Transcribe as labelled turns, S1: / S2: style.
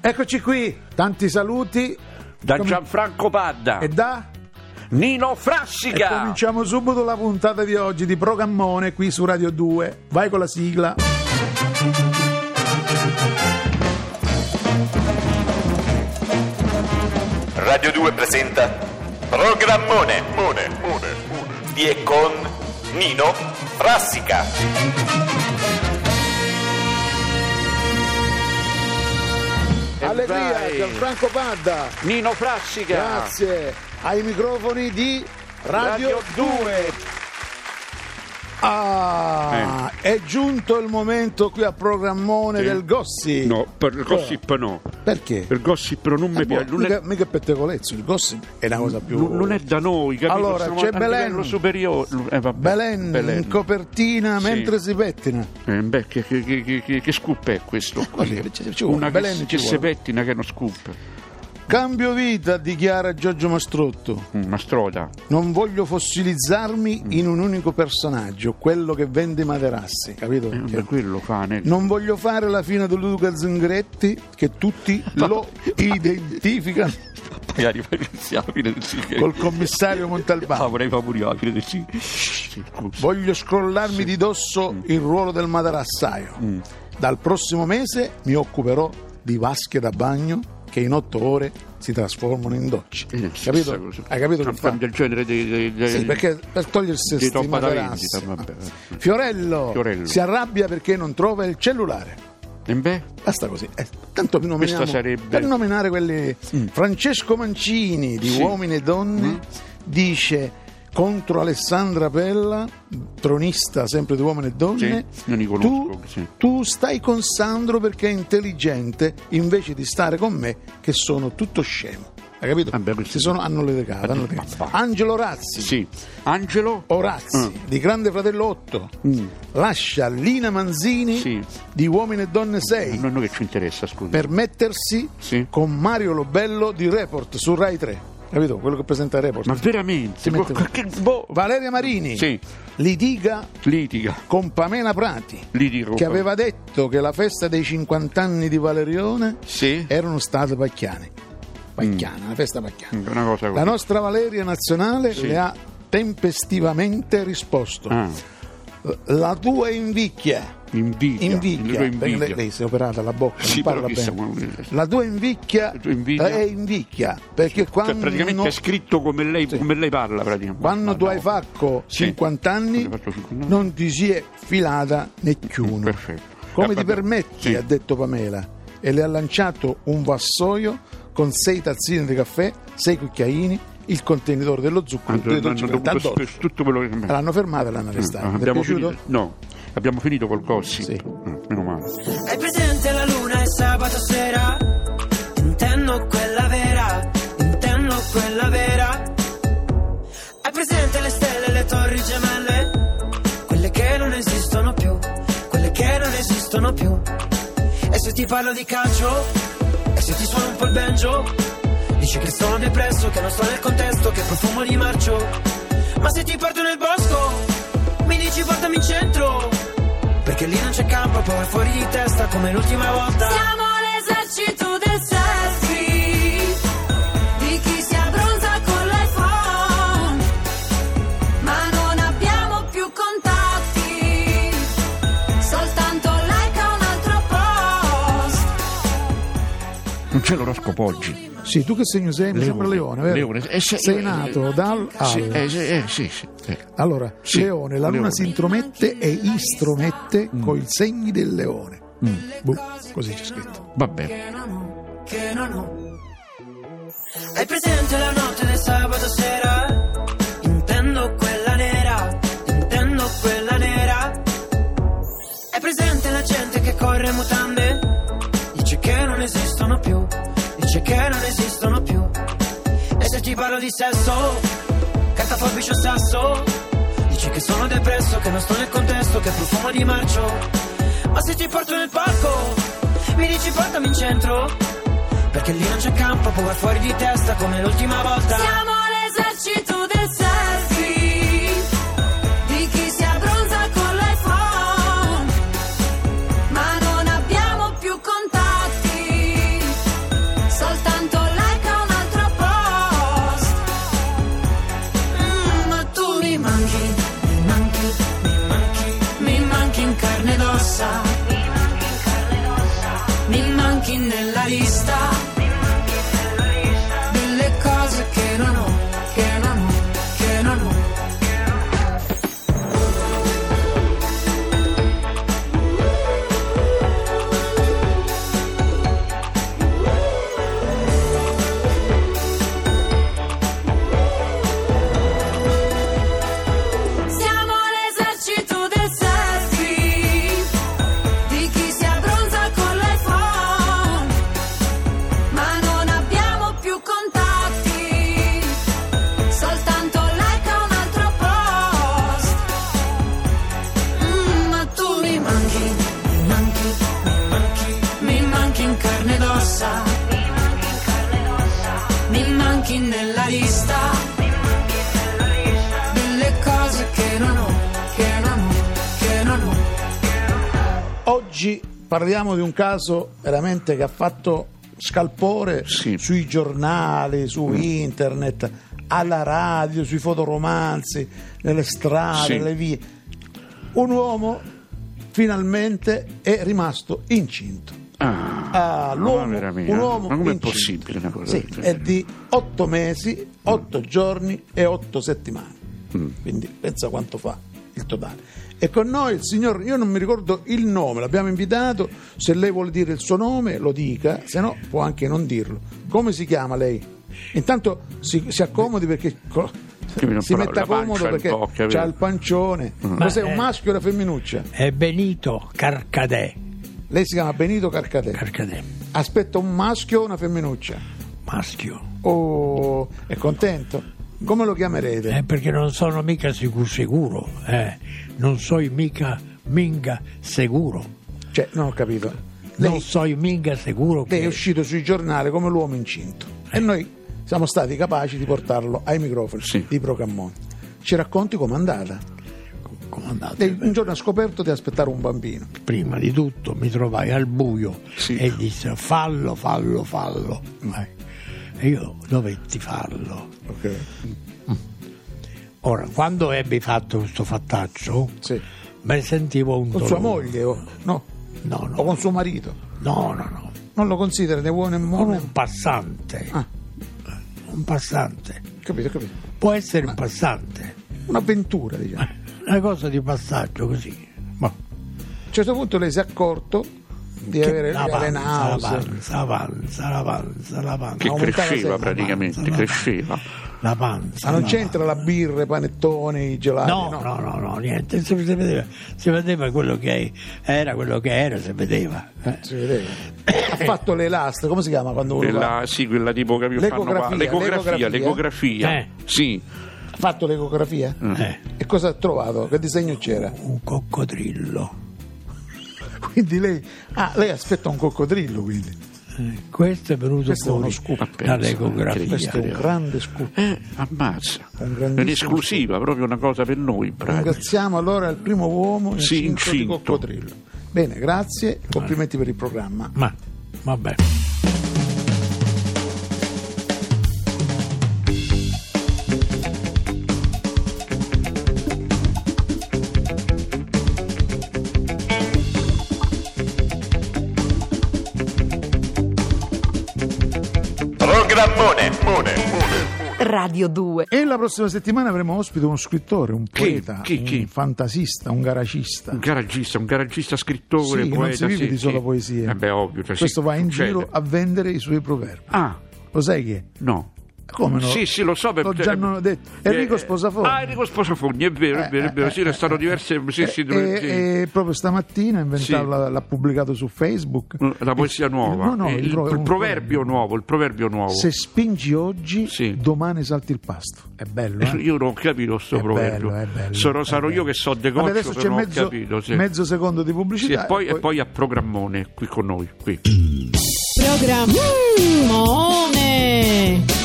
S1: Eccoci qui, tanti saluti
S2: Da
S1: Com-
S2: Gianfranco Padda,
S1: e da...
S2: Nino
S1: E
S2: Frassica.
S1: cominciamo subito la puntata di oggi di Programmone qui su Radio 2. Vai con la sigla.
S3: Radio 2 presenta Programmone Mone, Mone, Mone. di e con Nino Frassica.
S2: E
S4: Allegria,
S2: vai.
S4: Gianfranco Padda,
S2: Nino Frassica.
S4: grazie ai microfoni di Radio,
S2: Radio 2.
S4: Ah, è giunto il momento qui a programmone
S5: Eh. Sì.
S4: del gossip.
S5: No, per il gossip no.
S4: Perché?
S5: Per il gossip non mi
S4: Eh, boh,
S5: piace. Non
S4: mica,
S5: è,
S4: mica è pettegolezzo, il gossip è una cosa più...
S5: non- non è da noi, capito?
S4: Allora,
S5: Siamo
S4: c'è
S5: a
S4: Belen.
S5: livello superiore. Eh, vabbè,
S4: Belen, in copertina
S5: Sì.
S4: mentre si pettina.
S5: Eh, beh, che, che, che, che- che- che scoop è questo?
S4: Così, ci- ci vuole,
S5: Una
S4: Belen ci
S5: che, che
S4: vuole.
S5: se pettina che è uno scoop.
S4: Cambio vita, dichiara Giorgio Mastrotto.
S5: Una stroda.
S4: Non voglio fossilizzarmi in un unico personaggio, quello che vende i materassi, capito?
S5: Eh,
S4: Perché-
S5: vabbè, quello fa nel-
S4: Non voglio fare la fine di Luca Zingretti che tutti lo identificano
S5: Poi arriva inizia la fine del siglo. Ah,
S4: col commissario Montalbano.
S5: vorrei fa pure io la fine del siglo. Sì, scusa.
S4: Voglio scrollarmi di dosso il ruolo del materassaio. Dal prossimo mese mi occuperò di vasche da bagno che in otto ore si trasformano in docce.
S5: Eh,
S4: Capito?
S5: stessa cosa.
S4: Hai capito che
S5: Un
S4: fa?
S5: cambio del genere dei, dei- dei-
S4: Sì, perché per togliersi
S5: Di
S4: questi
S5: roba da
S4: materassi.
S5: vendita, vabbè.
S4: Fiorello,
S5: Fiorello.
S4: si arrabbia perché non trova il cellulare.
S5: Eh, beh,
S4: Basta così. Eh, tanto vi nominiamo-
S5: Questa sarebbe- Mm.
S4: per nominare quelli. Francesco Mancini di
S5: Sì. Mm.
S4: Uomini e Donne dice contro Alessandra Pella, tronista sempre di Uomini e Donne.
S5: Sì, non li
S4: tu,
S5: conosco, sì.
S4: tu stai con Sandro perché è intelligente invece di stare con me che sono tutto scemo. Hai capito?
S5: Ah, beh, questo
S4: Si
S5: sì.
S4: sono, hanno le decate. hanno le decate.
S5: Ma va.
S4: Angelo Razzi.
S5: sì. Angelo.
S4: Orazzi
S5: Mm.
S4: di Grande Fratello 8 lascia Lina Manzini
S5: Sì.
S4: di Uomini e Donne 6
S5: Eh, Non, non che ci interessa, scusa.
S4: per mettersi
S5: Sì.
S4: con Mario Lobello di Report su Rai 3. Capito? Quello che presenta Report.
S5: Ma veramente?
S4: Si mette-
S5: Ma che- boh.
S4: Valeria Marini
S5: Sì.
S4: litiga
S5: Litiga.
S4: con Pamela Prati,
S5: Litigo.
S4: che aveva detto che la festa dei 50 anni di Valerione
S5: Sì.
S4: erano state pacchiane.
S5: Mm.
S4: Pacchiana, la festa pacchiana.
S5: Una cosa così.
S4: La nostra Valeria Nazionale
S5: Sì.
S4: le ha tempestivamente risposto.
S5: Ah,
S4: La tua invicchia.
S5: invidia.
S4: Invidia,
S5: Lo
S4: perché
S5: invidia.
S4: lei, lei si è operata alla bocca,
S5: Sì,
S4: non parla
S5: però chissà,
S4: bene.
S5: ma-
S4: La tua invicchia,
S5: La tua invidia?
S4: è invicchia, perché quando,
S5: Cioè, praticamente è scritto come lei, come lei parla, praticamente.
S4: quando
S5: Ma
S4: tu
S5: no.
S4: hai fatto
S5: Sì.
S4: 50 anni
S5: Quando hai fatto 50 anni.
S4: non ti si è filata
S5: Mm,
S4: necchiuno.
S5: perfetto.
S4: Come
S5: Eh,
S4: ti
S5: vabbè,
S4: permetti,
S5: sì.
S4: ha detto Pamela, e le ha lanciato un vassoio con sei tazzine di caffè, sei cucchiaini, il contenitore dello zucchero,
S5: Hanno-
S4: due
S5: hanno
S4: dolci
S5: dovuto
S4: addosso.
S5: spes- tutto quello che mi
S4: L'hanno fermata e l'hanno arrestata. Ti è
S5: abbiamo
S4: piaciuto?
S5: finito. No, abbiamo finito col gossip.
S4: Sì.
S5: Mm, meno male.
S6: Hai presente la luna e sabato sera? Intendo quella vera, intendo quella vera. Hai presente le stelle e le torri gemelle? Quelle che non esistono più, quelle che non esistono più. E se ti parlo di calcio? E se ti suono un po' il banjo? Dici che sono depresso, che non sto nel contesto, che profumo di marcio. Ma se ti porto nel bosco, mi dici portami in centro. Perché lì non c'è campo, poi è fuori di testa come l'ultima volta.
S7: Siamo l'esercito del selfie Di chi si abbronza con l'iPhone Ma non abbiamo più contatti Soltanto like a un altro post
S5: Non c'è l'oroscopo oggi.
S4: Sì, tu che segno sei? Mi sembra leone, vero?
S5: Eh, se-
S4: sei
S5: eh,
S4: nato dal al.
S5: Sì, eh, sì, eh, sì, sì, eh.
S4: Allora,
S5: Sì,
S4: leone, la luna
S5: leone.
S4: si intromette e istromette
S5: Mm.
S4: con i segni del leone. Boh, così c'è scritto.
S5: Vabbè.
S6: Che non ho, che non ho. Hai presente la notte del sabato sera? Intendo quella nera, intendo quella nera. Hai presente la gente che corre in mutande? Dice che non esistono più, dice che non esistono più. E se ti parlo di sesso, catafobici o sasso? Dici che sono depresso, che non sto nel contesto, che profumo di marcio. Ma se ti porto nel palco, mi dici portami in centro? Perché lì non c'è campo, può vai fuori di testa come l'ultima volta.
S7: Siamo l'esercito del selfie Di chi si abbronza con l'iPhone Ma non abbiamo più contatti
S6: Mm, manchi nella lista delle cose che non ho, che non ho, che non ho.
S7: Siamo l'esercito del selfie Di chi si abbronza con l'iPhone Ma non abbiamo più contatti Soltanto like a un altro post
S6: Mm, ma tu mi manchi, mi manchi, mi manchi, mi manchi in carne ed ossa. Mi manchi nella lista. Delle cose che non ho, che non ho, che non ho.
S4: Oggi parliamo di un caso veramente che ha fatto scalpore
S5: Sì. Mm.
S4: sui giornali, su internet, alla radio, sui fotoromanzi, nelle strade,
S5: Sì.
S4: nelle vie. Un uomo finalmente è rimasto incinto.
S5: Ah,
S4: Ah, l'uomo,
S5: Mamma mia,
S4: un uomo
S5: ma com'è
S4: incinto.
S5: possibile una cosa
S4: Sì,
S5: del genere?
S4: è di 8 mesi, 8 giorni e 8 settimane.
S5: Mm.
S4: Quindi pensa quanto fa il totale. E con noi il signor, io non mi ricordo il nome, l'abbiamo invitato, se lei vuole dire il suo nome lo dica, se no può anche non dirlo. Come si chiama lei? Intanto si, si accomodi perché co-
S5: Che mi-
S4: si
S5: però
S4: metta
S5: la pancia
S4: comodo
S5: in
S4: perché
S5: bocca, Mm.
S4: c'ha
S5: vero?
S4: il pancione. Ma sei un
S8: eh.
S4: maschio o una femminuccia?
S8: È Benito Carcadè.
S4: Lei si chiama Benito Carcatè.
S8: Carcadè,
S4: Aspetta un maschio o una femminuccia?
S8: maschio.
S4: Oh, è contento? Come lo chiamerete?
S8: Eh, perché non sono mica sicuro, sicuro. Eh. Non so mica minga sicuro.
S4: Cioè, non ho capito.
S8: non
S4: Lei,
S8: so minga sicuro
S4: lei è
S8: che...
S4: uscito sui giornali come l'uomo incinto e noi siamo stati capaci di portarlo ai microfoni
S5: Sì.
S4: di Procammoni. Ci racconti com'è andata?
S8: Comandante,
S4: Lei un giorno ha scoperto di aspettare un bambino.
S8: prima di tutto mi trovai al buio
S5: Sì.
S8: e disse fallo, fallo, fallo. Eh. E io dovetti farlo. Ora, quando ebbi fatto questo fattaccio,
S4: Sì.
S8: mi sentivo un
S4: Con sua
S8: dolore.
S4: moglie o, no,
S8: No,
S4: o
S8: no,
S4: con suo marito.
S8: no, no, no.
S4: Non lo considera né buono né
S8: Con
S4: buono.
S8: un passante.
S4: Ah.
S8: Un passante.
S4: Capito, capito.
S8: Può essere un passante.
S4: Un'avventura, diciamo.
S8: Una cosa di passaggio così. Ma
S4: A un certo punto lei si è accorto di
S8: che
S4: avere le
S8: avanza,
S4: nausea.
S8: avanza, avanza, avanza, avanza.
S5: che
S4: aumentava
S5: cresceva
S4: sempre,
S5: praticamente,
S8: avanza,
S5: cresceva.
S8: La panza.
S4: Ma non
S8: la
S4: c'entra la birra, i panettoni, i gelati?
S8: No, no, no, no, niente, si si vedeva, si vedeva quello che era, quello che era, si vedeva. eh.
S4: Si vedeva. ha fatto le lastre, come si chiama quando uno va-
S5: Quella, sì, quella tipo che fanno qua.
S4: L'ecografia,
S5: L'ecografia,
S4: l'ecografia.
S5: l'ecografia.
S8: Eh.
S5: Sì,
S4: ha fatto l'ecografia?
S5: Mm.
S8: Eh,
S4: E cosa ha trovato? Che disegno c'era?
S8: un coccodrillo.
S4: Quindi lei, ah, lei aspetta un coccodrillo, quindi.
S8: Eh, Questo è venuto
S4: Questo è uno
S8: fuori
S4: scoop. eh,
S8: dall'ecografia.
S4: Questo è un grande scoop.
S5: Eh, ammazza.
S4: Un grandissimo
S5: Un'esclusiva, proprio una cosa per noi, in pratica.
S4: Ringraziamo allora il primo uomo incinto,
S5: Sì,
S4: di
S5: incinto.
S4: coccodrillo. Bene, grazie, complimenti per il programma.
S8: Ma, vabbè.
S3: Programmone. Mone.
S9: Radio 2.
S4: E la prossima settimana avremo ospite uno scrittore, un
S5: Chi?
S4: poeta,
S5: Chi? Chi?
S4: un fantasista, un garagista.
S5: Un garagista, un garagista scrittore,
S4: Sì, che
S5: poeta.
S4: non si vive
S5: sì,
S4: di sola
S5: sì.
S4: poesia.
S5: Eh beh, ovvio. cioè, sì,
S4: Questo va in
S5: succede.
S4: giro a vendere i suoi proverbi.
S5: Ah,
S4: Lo sai che?
S5: no.
S4: Come no?
S5: Sì, sì, lo so
S4: L'ho
S5: perché.
S4: già non detto. Enrico
S5: Eh,
S4: Sposafogli.
S5: Ah, Enrico Sposafogni, è vero, è vero, è vero. Sì, è stato diverse. Sì, sì,
S4: Eh,
S5: dove-
S4: eh,
S5: sì.
S4: eh, proprio stamattina ha inventato,
S5: Sì. Mm.
S4: l'ha, l'ha pubblicato su Facebook.
S5: La poesia
S4: Il-
S5: nuova,
S4: no, no,
S5: eh, il,
S4: pro-
S5: il
S4: un-
S5: proverbio nuovo, il proverbio nuovo.
S4: Se spingi oggi,
S5: Sì.
S4: domani salti il pasto. È bello, eh?
S5: Io non ho capito sto
S4: È
S5: proverbio.
S4: bello, è bello,
S5: Sarò-
S4: è
S5: sarò
S4: bello.
S5: io che so de
S4: Vabbè,
S5: coccio,
S4: adesso
S5: se
S4: c'è
S5: non ho
S4: mezzo,
S5: capito. sì.
S4: mezzo secondo di
S5: Sì,
S4: pubblicità
S5: e, poi, e poi a programmone qui con noi. Qui.
S10: Programmone